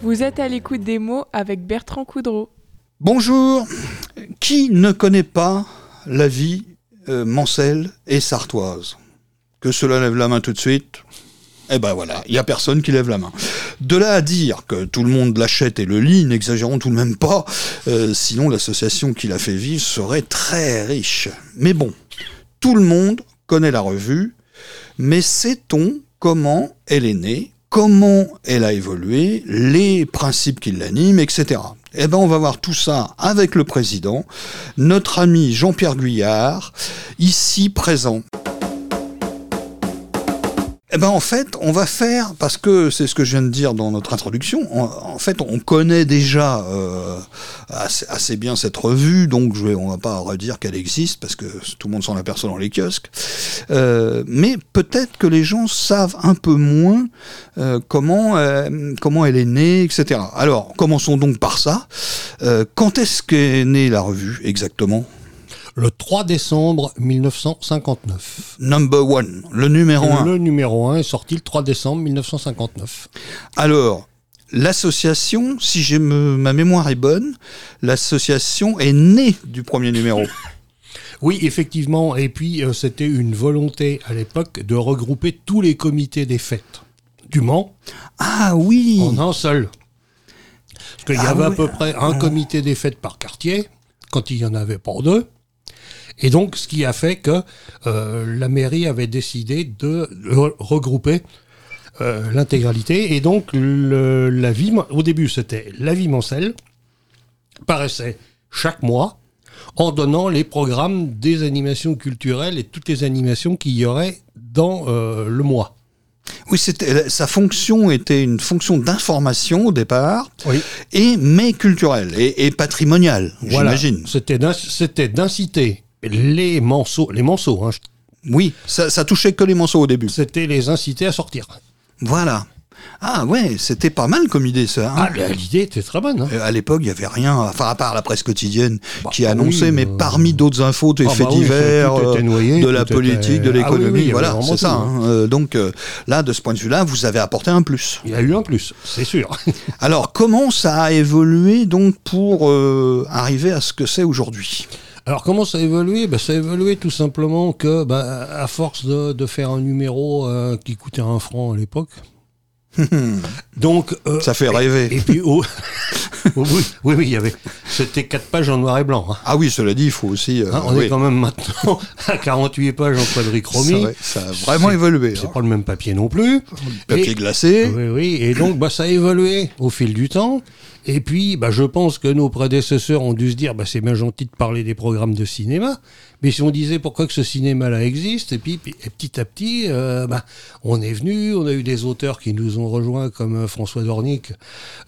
Vous êtes à l'écoute des mots avec Bertrand Coudreau. Bonjour. Qui ne connaît pas la vie euh, mancelle et sartoise Que cela lève la main tout de suite. Eh ben voilà, il y a personne qui lève la main. De là à dire que tout le monde l'achète et le lit, n'exagérons tout de même pas, euh, sinon l'association qui l'a fait vivre serait très riche. Mais bon, tout le monde connaît la revue, mais sait-on comment elle est née, comment elle a évolué, les principes qui l'animent, etc. Eh ben, on va voir tout ça avec le président, notre ami Jean-Pierre Guyard, ici présent. Eh ben en fait, on va faire parce que c'est ce que je viens de dire dans notre introduction. on- en fait, on connaît déjà euh, assez, assez bien cette revue, donc je vais, on va pas redire qu'elle existe parce que tout le monde s'en aperçoit dans les kiosques. Euh, mais peut-être que les gens savent un peu moins euh, comment euh, comment elle est née, etc. Alors commençons donc par ça. Euh, quand est-ce qu'est née la revue exactement Le 3 décembre 1959. Number one, le numéro un. Le numéro 1 est sorti le 3 décembre 1959. Alors, l'association, si j'ai me- ma mémoire est bonne, l'association est née du premier numéro. Oui, effectivement. Et puis, euh, c'était une volonté à l'époque de regrouper tous les comités des fêtes du Mans Ah oui en un seul. Parce qu'il y Ah avait à ouais. peu près un comité des fêtes par quartier, quand il y en avait pour deux. Et donc, ce qui a fait que euh, la mairie avait décidé de re- regrouper euh, l'intégralité. Et donc, le, la vie, au début, c'était la vie Mancel, paraissait chaque mois en donnant les programmes des animations culturelles et toutes les animations qu'il y aurait dans euh, le mois. Oui, c'était- euh, sa fonction était une fonction d'information au départ, Oui. et mais culturelle et, et patrimoniale, Voilà. j'imagine. C'était d'in- c'était d'inciter les manceaux, les manceaux, hein, je- Oui, ça, ça touchait que les manceaux au début. c'était les inciter à sortir. Voilà. Ah ouais, c'était pas mal comme idée ça. hein. Ah, mais l'idée était très bonne. hein. Euh, à l'époque, il n'y avait rien, enfin à part la presse quotidienne Bah, qui annonçait, oui, mais euh, parmi d'autres infos, des Ah, bah faits oui, c'est- divers, tout était euh, noyé, de tout la était- politique, de Ah oui, l'économie, oui, il y voilà, avait vraiment c'est ça. tout, hein. hein. Euh, Donc euh, là, de ce point de vue-là, vous avez apporté un plus. Il y a eu un plus, c'est sûr. Alors, comment ça a évolué donc pour euh, arriver à ce que c'est aujourd'hui Alors comment ça a évolué Bah, Ça a évolué tout simplement que, bah, à force de, de faire un numéro euh, qui coûtait un franc à l'époque. Donc, euh, Ça fait rêver. et puis, au- oui, oui, oui, il y avait. C'était quatre pages en noir et blanc. hein. Ah oui, cela dit, il faut aussi. euh, Hein, on oui, est quand même maintenant à 48 pages en ça, quadricromie. va- ça a vraiment C'est- évolué. hein. C'est Ah pas le même papier non plus. Papier Et- glacé. Oui, oui. Et donc, bah, ça a évolué au fil du temps. Et puis, bah, je pense que nos prédécesseurs ont dû se dire, bah, c'est bien gentil de parler des programmes de cinéma, mais si on disait pourquoi que ce cinéma-là existe, et puis, puis- et petit à petit, euh, bah, on est venu, on a eu des auteurs qui nous ont rejoints comme euh, François Dornic,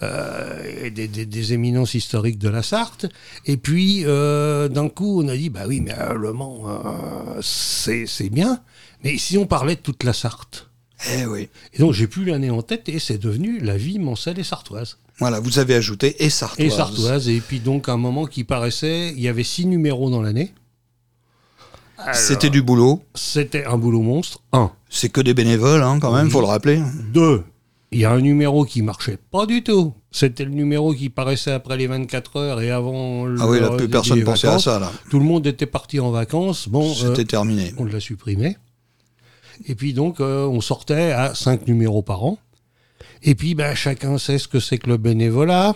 euh, et des, des- des éminences historiques de la Sarthe. Et puis, euh, d'un coup, on a dit, bah oui, mais euh, Le Mans, euh, c'est c'est bien, mais si on parlait de toute la Sarthe. Eh oui. Et donc j'ai plus l'année en tête et c'est devenu la vie mancelle et sartoise. Voilà, vous avez ajouté et sartoise. Et sartoise, et puis donc un moment qui paraissait, il y avait six numéros dans l'année. C'était du boulot. C'était un boulot monstre. Un. C'est que des bénévoles, hein, quand même, faut le rappeler. Deux. Il y a un numéro qui marchait pas du tout. C'était le numéro qui paraissait après les 24 heures et avant le Ah oui, là, plus les personne pensait à vacances. ça, là. Tout le monde était parti en vacances. Bon, euh, C'était terminé. on l'a supprimé. Et puis donc, euh, on sortait à cinq numéros par an. Et puis, bah, chacun sait ce que c'est que le bénévolat.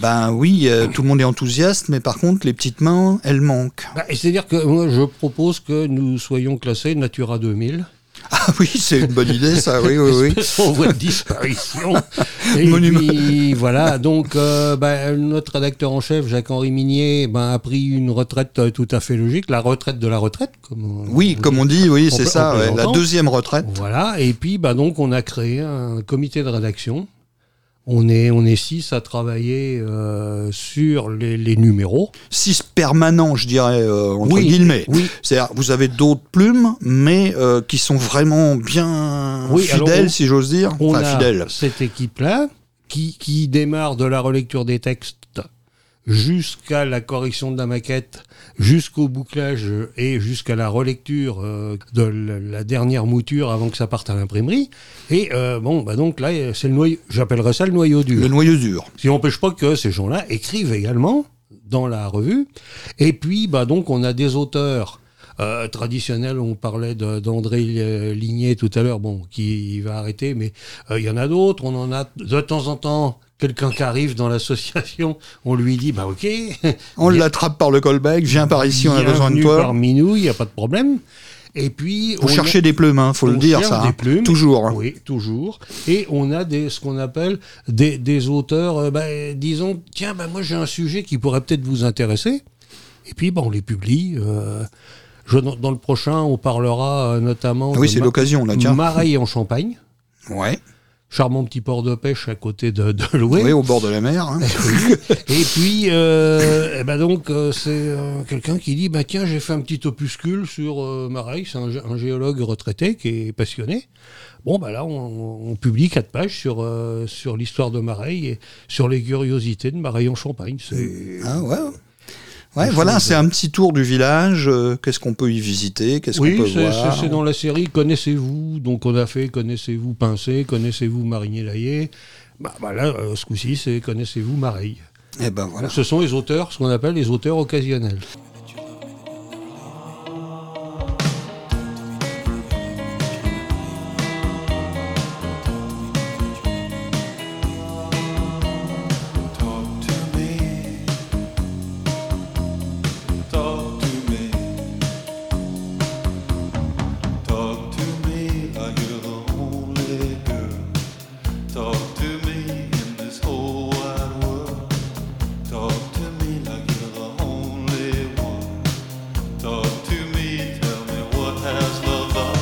Ben oui, euh, tout le monde est enthousiaste, mais par contre, les petites mains, elles manquent. Bah, C'est-à-dire que moi, je propose que nous soyons classés Natura 2000. Ah oui, c'est une bonne idée, ça, oui, oui, oui. On voie de disparition. Et Monument. puis, voilà. Donc, euh, bah, notre rédacteur en chef, Jacques-Henri Minier, bah, a pris une retraite euh, tout à fait logique. La retraite de la retraite. Comme on- Oui, comme on dit, oui, On c'est peut- on ça, peut ouais, la l'entendre. deuxième retraite. Voilà. Et puis, bah, donc, on a créé un comité de rédaction. On est, on est six à travailler euh, sur les, les numéros. Six permanents, je dirais, euh, entre Oui, guillemets. oui. C'est-à-dire, vous avez d'autres plumes, mais euh, qui sont vraiment bien Oui, alors, fidèles, on- si j'ose dire. on Enfin, a fidèles. cette équipe-là qui, qui démarre de la relecture des textes jusqu'à la correction de la maquette, jusqu'au bouclage euh, et jusqu'à la relecture euh, de la la dernière mouture avant que ça parte à l'imprimerie. Et euh, bon, bah donc là, euh, c'est le noyau, j'appellerais ça le noyau dur. Le noyau dur. Ce qui n'empêche pas que ces gens-là écrivent également dans la revue. Et puis, bah, donc, on a des auteurs euh, traditionnels. On parlait de- d'André euh, Ligné tout à l'heure, bon, qui va arrêter, mais euh, il y en a d'autres. On en a de temps en temps. Quelqu'un qui arrive dans l'association, on lui dit, bah ok, On Bien- l'attrape par le callback, viens par ici, on a besoin de bienvenue toi. parmi nous, il n'y a pas de problème. Et puis, Vous on a- cherchez des plumes, hein, faut on le dire cherche ça. des hein. plumes. Toujours. hein. Oui, toujours. Et on a des, ce qu'on appelle des, des auteurs, euh, ben, disons, tiens, ben, moi j'ai un sujet qui pourrait peut-être vous intéresser. Et puis, ben, on les publie. euh, je- dans, dans le prochain, on parlera euh, notamment Ah oui, c'est de l'occasion là, tiens. Marais en Champagne, Ouais. charmant petit port de pêche à côté de, de l'Oué. Oui, au bord de la mer. hein. Et puis, euh, eh ben donc, euh, c'est euh, quelqu'un qui dit, bah tiens, j'ai fait un petit opuscule sur euh, Marais, c'est un, gé- un géologue retraité qui est passionné. Bon, bah là, on, on publie quatre pages sur, euh, sur l'histoire de Marais et sur les curiosités de Marais en Champagne. C'est- Ah, ouais. Ah, Ouais, voilà, c'est un petit tour du village. euh, Qu'est-ce qu'on peut y visiter Qu'est-ce Oui, qu'on peut c'est- voir c'est c'est dans la série Connaissez-vous. Donc, on a fait Connaissez-vous Pincé, Connaissez-vous Marinier Laillé. Bah, bah là, euh, ce coup-ci, c'est Connaissez-vous Marais. Eh ben voilà. Donc, ce sont les auteurs, ce qu'on appelle les auteurs occasionnels. Talk to me. Talk to me. Talk to me like you're the only girl. Talk to me in this whole wide world. Talk to me like you're the only one. Talk to me, tell me what has love done.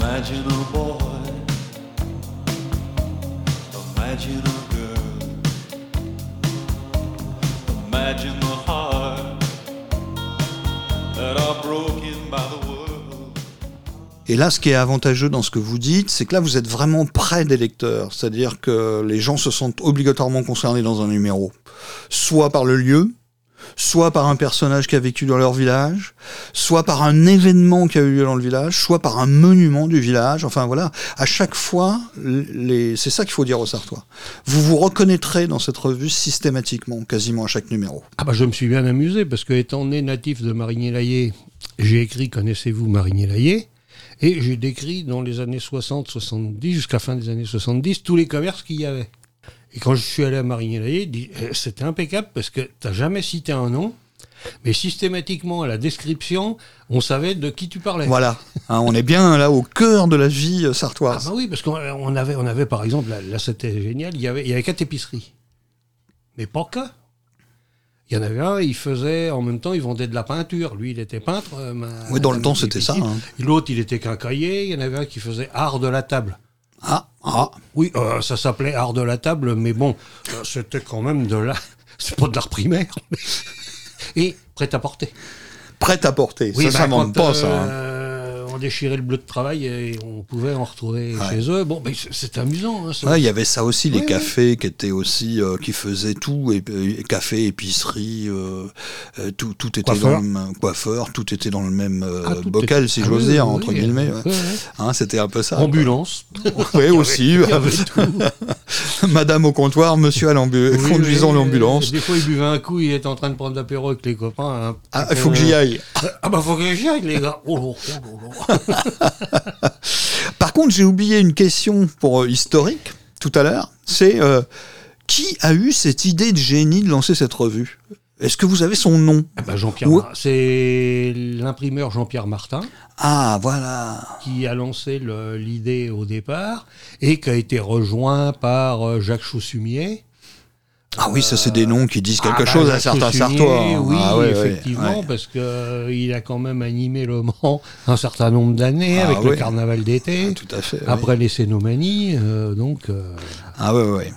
Imagine a boy. Imagine a girl. Imagine the heart that are broken by the world. Et là, ce qui est avantageux dans ce que vous dites, c'est que là, vous êtes vraiment près des lecteurs. C'est-à-dire que les gens se sentent obligatoirement concernés dans un numéro. Soit par le lieu, soit par un personnage qui a vécu dans leur village, soit par un événement qui a eu lieu dans le village, soit par un monument du village. Enfin, voilà. À chaque fois, les... c'est ça qu'il faut dire aux Sartois. Vous vous reconnaîtrez dans cette revue systématiquement, quasiment à chaque numéro. Ah bah je me suis bien amusé parce que étant né natif de Marigny-Laillé, j'ai écrit Connaissez-vous Marigny-Laillé et j'ai décrit dans les années 60, 70 jusqu'à fin des années 70 tous les commerces qu'il y avait. Et quand je suis allé à Marigny-Laillé, dis- eh, c'était impeccable parce que t'as jamais cité un nom, mais systématiquement à la description, on savait de qui tu parlais. Voilà. Hein, on est bien là au cœur de la vie euh, Ah sartoise. bah oui, parce qu'on on avait, on avait par exemple, là, là, c'était génial, il y, avait, il y avait quatre épiceries. Mais pas que. Il y en avait un, il faisait, en même temps, il vendait de la peinture. Lui, il était peintre. euh, ma- Ah Oui, dans le ma- temps, ma- c'était ça, petite. hein. L'autre, il était quincaillier. Il y en avait un qui faisait art de la table. Ah, ah. Oui, euh, ça s'appelait art de la table, mais bon, euh, c'était quand même de la... C'est pas de l'art primaire. mais- Et prêt-à-porter. Prêt à porter. ça, ça bah, manque quand, pas, ça. hein. euh, On déchirait le bleu de travail et on pouvait en retrouver chez eux. Bon, mais c'est- c'est amusant. Hein, ça. Ouais, Ah, il y avait ça aussi, les Oui, cafés qui étaient aussi, euh, qui faisaient tout, et, et café, épicerie, euh, euh, tout, tout était dans Coiffeur. le même coiffeur, tout était dans le même euh, Ah, tout bocal, est- si Ah j'ose oui, dire, oui, entre oui, guillemets. oui, ouais. oui, oui. Hein, c'était un peu ça. Ambulance. Oui, aussi. euh, Il y avait tout. Madame au comptoir, monsieur à l'ambu- Oui, conduisant oui, l'ambulance. Des fois, il buvait un coup, il était en train de prendre l'apéro avec les copains. hein. Ah, il faut que j'y aille. Ah bah, faut que j'y aille, les gars. Oh, oh, oh, oh, oh. Par contre, j'ai oublié une question pour euh, historique tout à l'heure. C'est euh, qui a eu cette idée de génie de lancer cette revue Est-ce que vous avez son nom Ah bah, Jean-Pierre Ouais. Mar- C'est l'imprimeur Jean-Pierre Martin Ah, voilà. qui a lancé le- l'idée au départ et qui a été rejoint par euh, Jacques Chaussumier. Ah oui, ça c'est des noms qui disent quelque Ah bah, chose à Jacques certains Chaussumier, Sartois. hein. Oui, Ah ouais, ouais, effectivement, ouais. parce qu'il a quand même animé Le Mans un certain nombre d'années Ah avec le ouais. carnaval d'été. Ah, Tout à fait. oui. Après les scénomanies, euh, donc. euh, Ah ouais, ouais.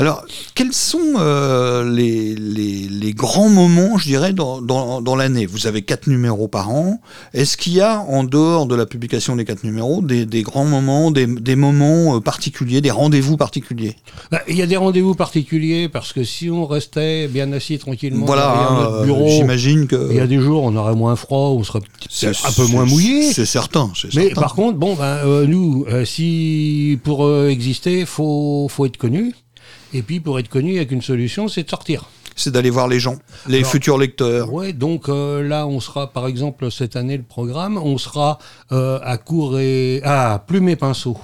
Alors, quels sont euh, les, les- les grands moments, je dirais, dans, dans- dans l'année Vous avez quatre numéros par an. Est-ce qu'il y a, en dehors de la publication des quatre numéros, des, des grands moments, des, des moments euh, particuliers, des rendez-vous particuliers Bah, Il y a des rendez-vous particuliers parce que si on restait bien assis tranquillement Voilà, derrière hein, notre euh, bureau, j'imagine il y a que... des jours on aurait moins froid, on serait c'est- un peu c'est- moins mouillé. C'est certain, c'est Mais certain. par contre, bon, ben, euh, nous, euh, si pour euh, exister, faut faut être connu. Et puis pour être connu, il n'y a qu'une solution, c'est de sortir. C'est d'aller voir les gens, les Alors, futurs lecteurs. Ouais, donc euh, là, on sera, par exemple, cette année, le programme, on sera euh, à court et à plume et pinceau.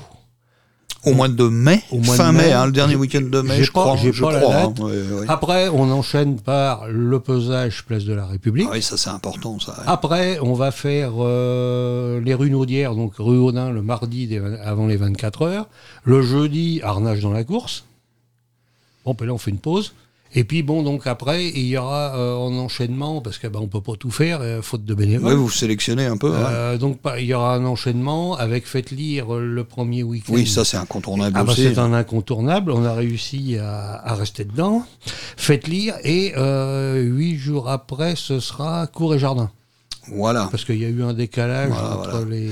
Au mois de mai, Au mois de fin mai, mai. hein, le dernier week-end de mai, J'ai je pas- crois. j'ai je pas la crois, hein, date. Ah ouais, ouais. Après, on enchaîne par le pesage place de la République. Ah oui, ça c'est important, ça. Ah, ouais. Après, on va faire euh, les rues Naudières, donc rue Audin, le mardi des vingt- avant les 24 heures. Le jeudi, Arnage dans la course. Bon, puis là, on fait une pause. Et puis, bon, donc après, il y aura euh, en enchaînement, parce que ben, on peut pas tout faire, euh, faute de bénévoles. Ouais, vous sélectionnez un peu. hein. ouais. Euh, donc, par- il y aura un enchaînement avec Faites lire euh, le premier week-end. Oui, ça c'est incontournable Ah bah, aussi. c'est un incontournable, on a réussi à, à rester dedans. Faites lire et euh, huit jours après, ce sera Cours et Jardin. Voilà. Parce qu'il y a eu un décalage Voilà, entre voilà. les.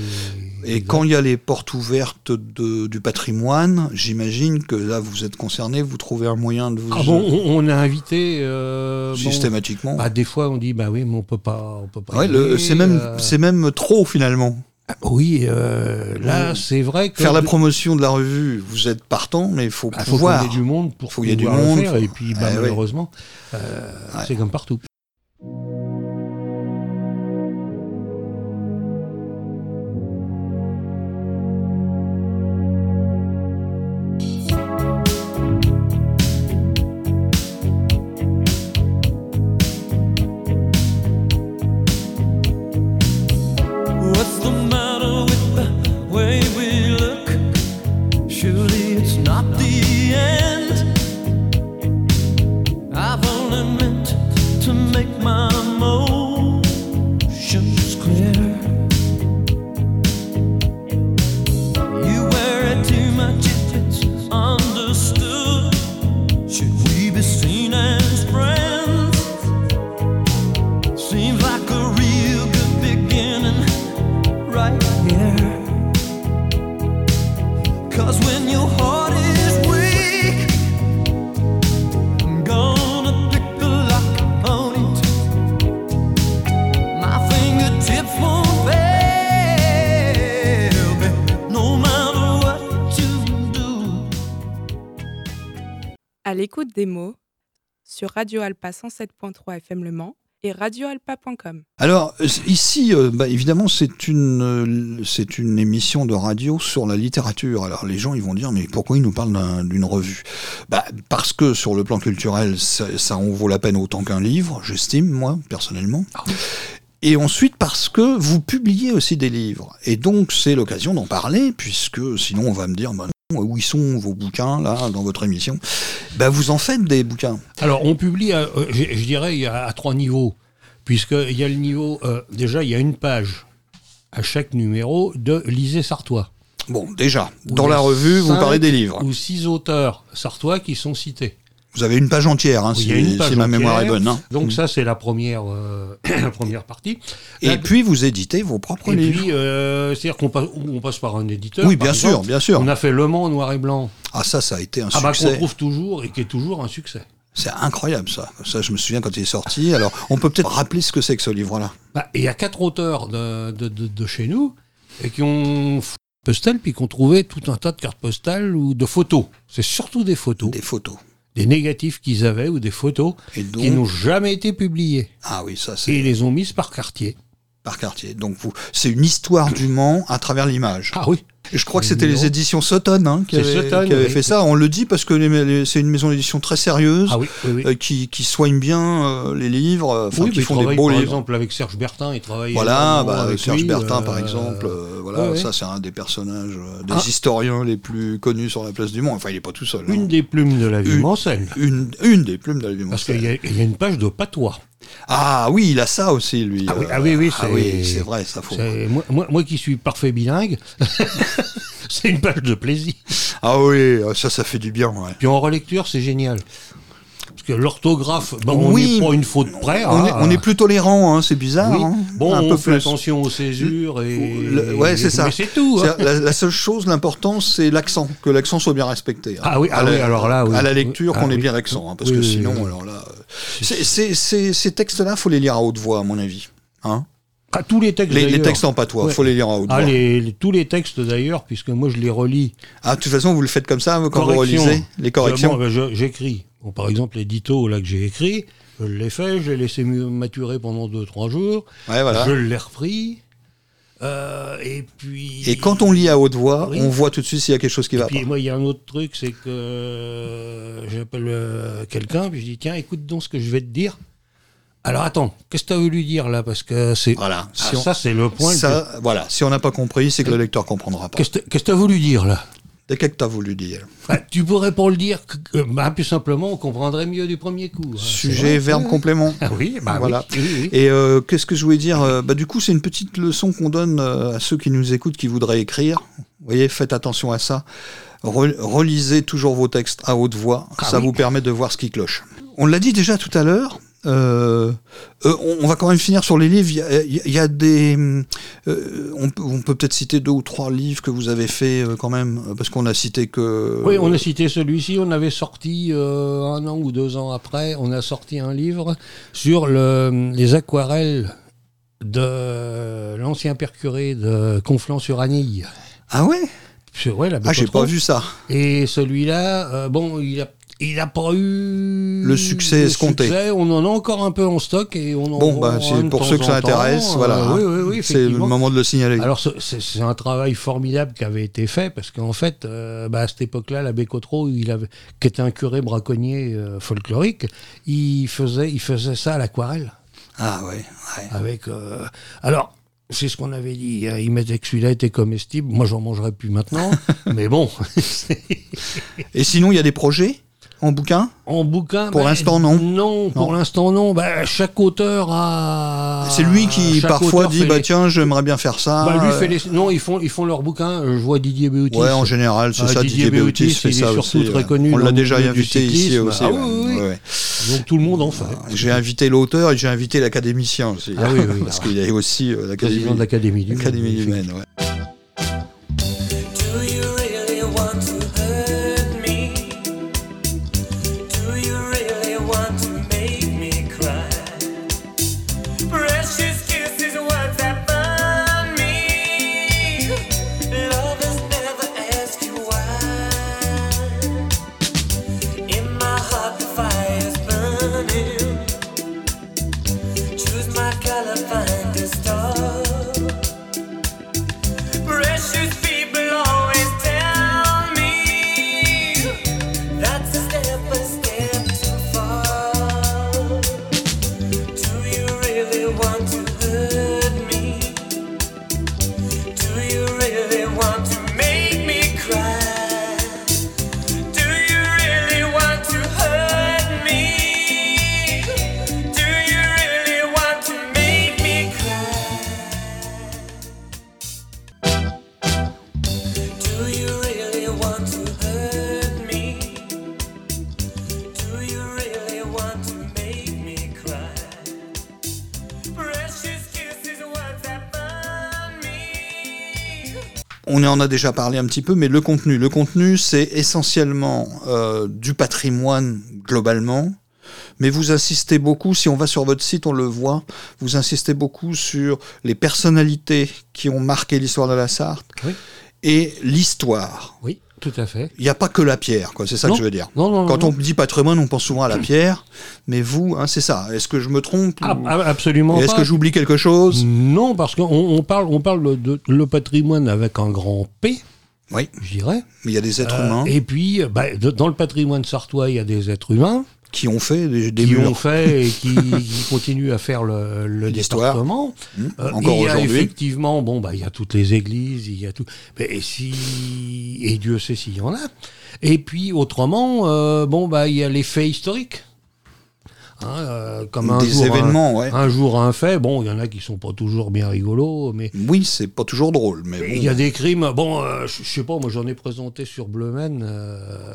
Et quand il y a les portes ouvertes de- du patrimoine, j'imagine que là vous êtes concerné, vous trouvez un moyen de vous Ah bon, on on a invité. euh, bon, systématiquement. bah, des fois, on dit bah oui, mais on peut pas, on peut pas. Ouais, y le- aller, c'est même, euh, Ah c'est même trop finalement. Oui, euh, là, c'est vrai que. Faire la promotion de la revue, vous êtes partant, mais il faut Bah, faut pouvoir. qu'il y ait du monde pour Faut qu'il y ait du pouvoir le monde, faire. faut- Et puis, bah, Eh oui. malheureusement, euh, Ouais. c'est comme partout. What's the matter with the way we look? Surely it's not the end. I've only meant to make my motions clear. You wear it too much, it's understood. Should we be seen as friends? Seems like a real good beginning right here. Cause when your heart is weak, I'm gonna pick the lock on it. My fingertips won't fail me, no matter what you do. À l'écoute des mots sur Radio Alpa 107.3 FM Le Mans et radioalpa.com. Alors euh, ici, euh, bah, évidemment, c'est une, euh, c'est une émission de radio sur la littérature. Alors les gens, ils vont dire, mais pourquoi ils nous parlent d'un- d'une revue bah, Parce que sur le plan culturel, ça, ça en vaut la peine autant qu'un livre, j'estime, moi, personnellement. Et ensuite, parce que vous publiez aussi des livres. Et donc, c'est l'occasion d'en parler, puisque sinon, on va me dire, bah, non, où ils sont vos bouquins, là, dans votre émission bah, Vous en faites des bouquins. Alors, on publie, à- euh, je, je dirais, il y a à trois niveaux. Puisqu'il y a le niveau, euh, déjà, il y a une page à chaque numéro de Lisez Sartois. Bon, déjà, Où dans il y a la revue, vous cinq parlez des livres. Ou six auteurs sartois qui sont cités. Vous avez une page entière, hein, Il si, y a une page si ma entière. mémoire est bonne. hein. Donc, ça, c'est la, première, euh, la première partie. La- Et puis vous éditez vos propres et livres. puis, euh, c'est-à-dire qu'on passe, on passe par un éditeur. oui, par bien sûr, exemple. bien sûr. On a fait Le Mans en noir et blanc. Ah ça, ça a été un Ah bah, qu'on succès. trouve toujours et qui est toujours un succès. c'est incroyable ça. Ça, je me souviens quand il est sorti. Alors, on peut peut-être rappeler ce que c'est que ce livre-là. Bah, et il y a quatre auteurs de, de- de- de chez nous et qui ont fait des postales puis qui ont trouvé tout un tas de cartes postales ou de photos. C'est surtout des photos, des, Des photos. négatifs qu'ils avaient ou des photos Et donc, qui n'ont jamais été publiées. ah oui, ça Et c'est ils les ont mises par quartier. par quartier. Donc vous, c'est une histoire du Mans à travers l'image. Ah oui. Et Je crois que c'était Non. les éditions Sutton hein, qui C'est avaient, Sutton, qui avaient oui. fait ça. On le dit parce que les- les- c'est une maison d'édition très sérieuse Ah oui, oui, oui. euh, qui, qui soigne bien euh, les livres, euh, enfin, Oui, qui mais font ils des travaillent, beaux par livres. exemple avec Serge Bertin, ils travaillent Voilà, énormément bah, avec Serge lui, Bertin, euh, par exemple, euh, voilà, ouais, ouais. ça c'est un des personnages, euh, des Ah. historiens les plus connus sur la place du Mans. Enfin, il n'est pas tout seul. hein. Une des plumes de la vie Une- Mancelle. Une, une des plumes de la vie Parce Mancelle. qu'il y, a- il y a une page de patois. Ah oui, il a ça aussi, lui. Ah oui, Euh, ah oui, oui, ah oui, c'est vrai, ça faut. c'est- Moi, moi, moi qui suis parfait bilingue, c'est une page de plaisir. Ah oui, ça, ça fait du bien. ouais. Puis en relecture, c'est génial. Parce que l'orthographe, ben, on Oui, n'est pas une faute près. on, hein. est, on est plus tolérant, hein, c'est bizarre. Oui. hein, Bon, un on peu fait plus. attention aux césures et. Le- ouais, c'est ça. Mais c'est tout. hein. C'est-à-dire, La, la seule chose, l'important, c'est l'accent, que l'accent soit bien respecté. hein. Ah oui, ah À la- oui, alors là, oui. À la lecture, Ah qu'on ait oui. bien l'accent, hein, parce Oui, que oui, sinon, oui. alors là, euh, c'est- c'est- c'est- ces textes-là, faut les lire à haute voix, à mon avis. hein. Ah, tous les textes. Les, les d'ailleurs. textes en patois, Ouais. faut les lire à haute Ah, voix. les- les- tous les textes d'ailleurs, puisque moi je les relis. Ah, de toute façon, vous le faites comme ça vous, quand vous Correction. relisez les corrections. Moi, ben, je- J'écris. Bon, par exemple, les ditos là que j'ai écrits, je les fait, je les laissé mu- maturer pendant 2-3 jours, Ouais, voilà. euh, je l'ai repris. euh, et puis. Et quand on lit à haute voix, Oui. on voit tout de suite s'il y a quelque chose qui Et va puis moi, il y a un autre truc, c'est que euh, j'appelle euh, quelqu'un, puis je dis tiens, écoute donc ce que je vais te dire. Alors attends, qu'est-ce que tu as voulu dire là Parce que c'est pas. Voilà. Ah, Si on- ça, c'est le point. ça, voilà. Si on n'a pas compris, c'est que le lecteur comprendra que- pas. Qu'est-ce que qu'est-ce que tu as voulu dire là Dès que t'as voulu dire. Ah, Tu pourrais pour le dire, que- que- bah, plus simplement, on comprendrait mieux du premier coup. hein, c'est Sujet, vrai. verbe, complément. Ah oui, bah, Voilà. oui, oui, oui. Et euh, qu'est-ce que je voulais dire Euh, bah, Du coup, c'est une petite leçon qu'on donne euh, à ceux qui nous écoutent, qui voudraient écrire. Vous voyez, faites attention à ça. Re- relisez toujours vos textes à haute voix. Ah ça oui. vous permet de voir ce qui cloche. On l'a dit déjà tout à l'heure. euh, euh, on, on va quand même finir sur les livres. Il y a- il y, a- il y a des. hum, euh, on, peut- on peut peut-être citer deux ou trois livres que vous avez fait euh, quand même, euh, parce qu'on a cité que. Oui, on a cité celui-ci. On avait sorti euh, un an ou deux ans après, on a sorti un livre sur le- les aquarelles de l'ancien percuré de Conflans-sur-Anille. Ah ouais Sur- ouais, la Ah, j'ai pas Bécotron. vu ça. Et celui-là, euh, bon, il a, il a pas eu Le succès le escompté. succès. On en a encore un peu en stock et on en Bon, vend bah, un c'est de pour temps ceux que ça en temps. intéresse, Euh, voilà. hein. oui, oui, oui, c'est le effectivement. moment de le signaler. Alors ce- c'est c'est un travail formidable qui avait été fait parce qu'en fait, euh, bah, à cette époque-là, l'abbé Cotreau, il avait, qui était un curé braconnier euh, folklorique, il faisait, il faisait ça à l'aquarelle. ah ouais, ouais. Avec, euh, alors, c'est ce qu'on avait dit. hein, il mettait que celui-là était comestible. Moi, j'en mangerai plus maintenant. mais bon, c'est- Et sinon, il y a des projets en bouquin en bouquin. Pour bah, l'instant, non. Non, pour l'instant, non. Bah, chaque auteur a. C'est lui qui chaque parfois auteur dit fait bah les- tiens j'aimerais bien faire ça. Bah, lui euh, fait les- Non, ils font, ils font leurs bouquins. Euh, Je vois Didier Beautis. Ouais en général c'est Ah, ça Didier Didier Béoutis Béoutis, fait il est ça surtout aussi, très ouais. connu On l'a dans le déjà milieu du invité ici cyclisme. aussi. Ah ouais. oui, oui, oui. Ouais, ouais. Donc tout le monde en fait. J'ai invité l'auteur et j'ai invité l'académicien aussi. Ah oui, oui, parce alors. qu'il est aussi euh, Président de l'académie l'Académie l'Académie du Monde. humaine. ouais. Do you really want to hurt me? Do you really want to make me cry? Precious kisses, words that burn me. Lovers never ask you why. In my heart, the fire's burning. Choose my color, find a star. Precious people always tell me that's a step a step too far. Do you really want to hurt me? Do you really want to make me cry? Do you really want to hurt me? Do you really want to make me cry? Do you really want to hurt me? Do you really want to make me cry? Precious kisses, words that burn me. On en a déjà parlé un petit peu mais le contenu le contenu c'est essentiellement euh, du patrimoine globalement. Mais vous insistez beaucoup, si on va sur votre site, on le voit, vous insistez beaucoup sur les personnalités qui ont marqué l'histoire de la Sarthe Oui. et l'histoire. Oui, tout à fait. Il n'y a pas que la pierre, quoi, c'est ça Non. que je veux dire. Non, non, Quand non. on dit patrimoine, on pense souvent à la pierre, mais vous, hein, c'est ça. Est-ce que je me trompe Ah, ou- ah, absolument Et Est-ce pas. Mm. que j'oublie quelque chose Non, parce qu'on on parle, on parle de le patrimoine avec un grand P, Oui, je dirais. mais il y a des êtres Euh, humains et puis, euh, bah, de- dans le patrimoine sartois, il y a des êtres humains qui ont fait des, des qui murs. ont fait et qui, qui continuent à faire le, le L'histoire. département. Hmm, Euh, Encore il y a aujourd'hui. effectivement, bon, bah, il y a toutes les églises, il y a tout. Mais et si, et Dieu sait s'il y en a. Et puis, autrement, euh, bon, bah, il y a les faits historiques. hein, euh, comme un Des jour, un- événements, ouais. un jour un fait. Bon, il y en a qui sont pas toujours bien rigolos, mais Oui, c'est pas toujours drôle, mais bon. il y a des crimes. Bon, euh, je je sais pas, moi j'en ai présenté sur Bleuman. euh,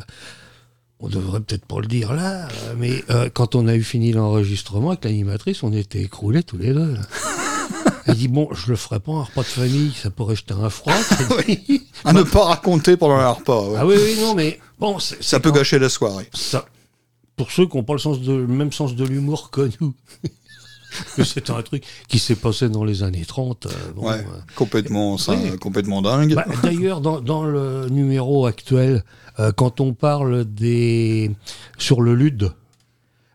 on devrait peut-être pas le dire là, euh, mais euh, quand on a eu fini l'enregistrement avec l'animatrice, on était écroulés tous les deux. là. Elle dit bon, je le ferai pas un repas de famille, ça pourrait jeter un froid. Ah Elle dit, à ne pas raconter pendant un repas. ouais. ah oui, oui, non, mais bon, c'est- Ça peut gâcher la soirée. ça, pour ceux qui n'ont pas le, sens de, le même sens de l'humour que nous, que c'est un truc qui s'est passé dans les années 30. euh, bon, Ouais, euh. complètement, ça, oui. complètement dingue. Bah, D'ailleurs, dans, dans le numéro actuel, euh, quand on parle des sur le Lude,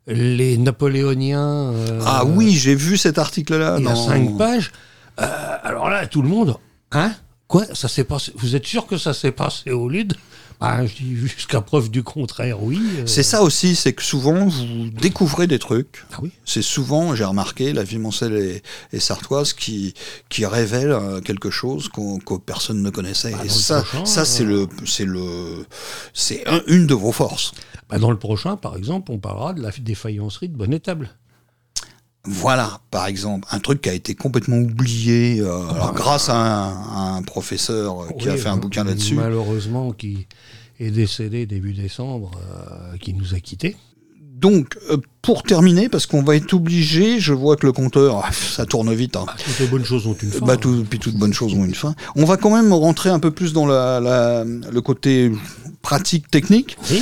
les Napoléoniens, euh, ah oui, ah j'ai vu cet article-là. il y a dans- cinq pages. euh, alors là, tout le monde, hein Quoi Ça s'est passé Vous êtes sûr que ça s'est passé au Lude bah, je dis jusqu'à preuve du contraire, oui. euh. C'est ça aussi, c'est que souvent vous découvrez des trucs. Ah oui. C'est souvent, j'ai remarqué, la vie mancelle et, et sartoise qui, qui révèle euh, quelque chose qu'on- que personne ne connaissait. Bah, dans et le ça, prochain, euh. ça c'est le, c'est le, c'est un- une de vos forces. Bah, dans le prochain, par exemple, on parlera de la défaillancerie de Bonnetable. Voilà, par exemple, un truc qui a été complètement oublié, euh, alors grâce à un, à un professeur euh, qui a Oui, fait un bouquin là-dessus. Malheureusement, qui est décédé début décembre, euh, qui nous a quittés. Donc, euh, pour terminer, parce qu'on va être obligé, je vois que le compteur, ah, ça tourne vite. hein. Toutes les bonnes choses ont une fin. Bah, tout, puis toutes bonnes choses ont une fin. On va quand même rentrer un peu plus dans la, la- le côté pratique, technique. Oui.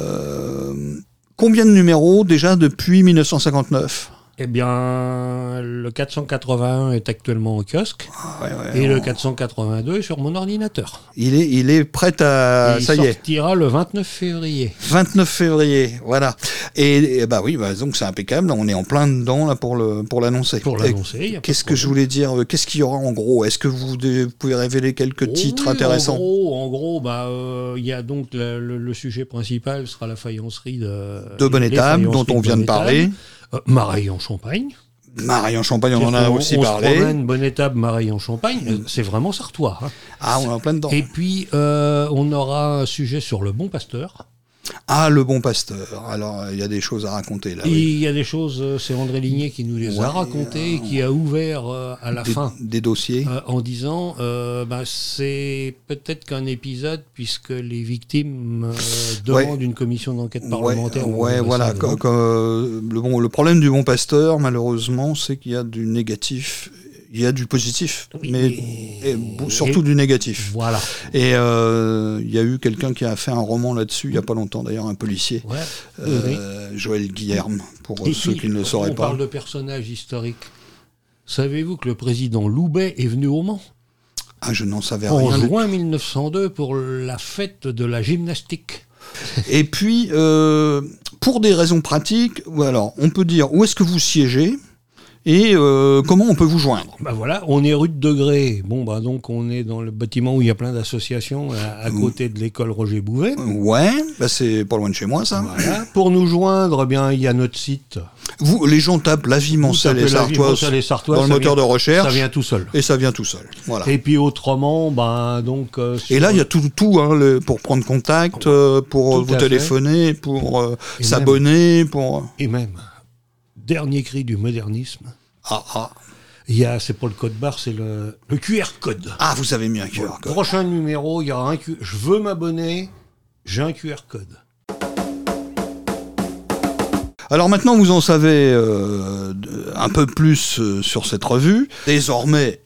Euh, combien de numéros déjà depuis 1959 Eh bien, le 481 est actuellement au kiosque Ouais, ouais, et on- le 482 est sur mon ordinateur. il, est, il est prêt à... Et il Euh, ça y est, sortira le 29 février. 29 février, voilà. Et, et bah oui, bah, donc c'est impeccable, on est en plein dedans là, pour le pour l'annoncer. Pour Et l'annoncer, il y a pas Qu'est-ce de que je problème. voulais dire euh, Qu'est-ce qu'il y aura en gros Est-ce que vous dé- pouvez révéler quelques titres Oui, Oh, En intéressants gros, en gros, bah, euh, il y a donc le, le- le sujet principal sera la faïencerie de, De Bonnetable, les dont on faïenceries vient de parler. Bonnetable. Euh, Mareille en Champagne. Marie en Champagne, on en a C'est-à-dire qu'on- aussi on Se parlé. Mm. promène Bonnetable, Mareille en Champagne. Euh, C'est vraiment sartois. hein. Ah, on est en plein dedans. Et puis, euh, on aura un sujet sur le bon pasteur. Ah, le bon pasteur. Alors, il y a des choses à raconter là. Ah Et oui. Il y a des choses, euh, c'est André Ligné qui nous les Ouais, a racontées, et qui a ouvert euh, à la Des, fin. des dossiers. euh, en disant, euh, bah, c'est peut-être qu'un épisode puisque les victimes euh, demandent une commission d'enquête Ouais, parlementaire. On ouais, verra voilà. ça dedans. co- co- euh, le, bon, le problème du bon pasteur, malheureusement, c'est qu'il y a du négatif. Il y a du positif, Oui, mais et- et bou- surtout et- du négatif. Voilà. Et euh, il y a eu quelqu'un qui a fait un roman là-dessus, il n'y a pas longtemps d'ailleurs, un policier, Ouais. Oui. euh, Joël Guillerme, pour euh, Et ceux puis, qui ne le sauraient on pas. parle de personnages historiques. Savez-vous que le président Loubet est venu au Mans Ah, je n'en savais en rien. juin 1902 pour la fête de la gymnastique Et puis, euh, pour des raisons pratiques, ou alors, on peut dire où est-ce que vous siégez et euh, comment on peut vous joindre. Bah voilà, on est rue de Degré. Bon, bah donc on est dans le bâtiment où il y a plein d'associations à, à côté de l'école Roger Bouvet. Mmh. Ouais, bah c'est pas loin de chez moi, ça. Voilà. Pour nous joindre, eh bien il y a notre site. Vous, les gens tapent la vie Mancelle Vous et tapez La Vie Sartoise Mancelle et Sartoise, dans le ça moteur vient- de recherche Ça vient tout seul. et ça vient tout seul. Voilà. Et puis autrement, ben donc. euh, Et sur- là, il y a tout, tout hein, le- pour prendre contact, euh, pour Tout vous à fait. téléphoner, pour euh, Et même- s'abonner, pour... euh, Et même dernier cri du modernisme. Ah, ah. Il y a, c'est pas le code barre, c'est le, le QR code. Ah, vous avez mis un QR code. Prochain numéro, il y aura un Q. Je veux m'abonner. J'ai un QR code. Alors maintenant, vous en savez euh, de- un peu plus euh, sur cette revue. Désormais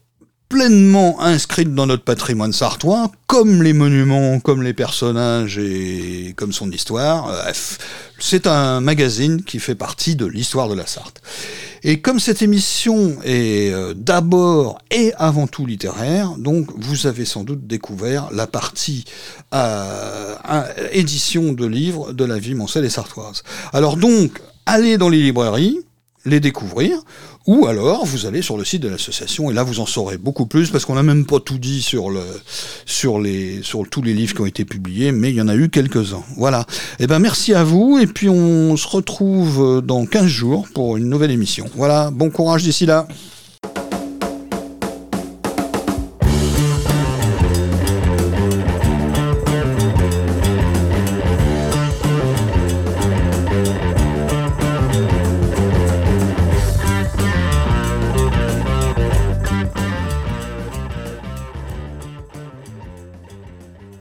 pleinement inscrite dans notre patrimoine sartois, comme les monuments, comme les personnages et comme son histoire. Euh, f- C'est un magazine qui fait partie de l'histoire de la Sarthe. Et comme cette émission est euh, d'abord et avant tout littéraire, donc vous avez sans doute découvert la partie euh, un- édition de livres de la vie mancelle et sartoise. Alors donc, allez dans les librairies, les découvrir, ou alors vous allez sur le site de l'association et là vous en saurez beaucoup plus parce qu'on n'a même pas tout dit sur le sur les sur tous les livres qui ont été publiés, mais il y en a eu quelques-uns. Voilà. Eh ben merci à vous et puis on se retrouve dans 15 jours pour une nouvelle émission. Voilà, bon courage d'ici là.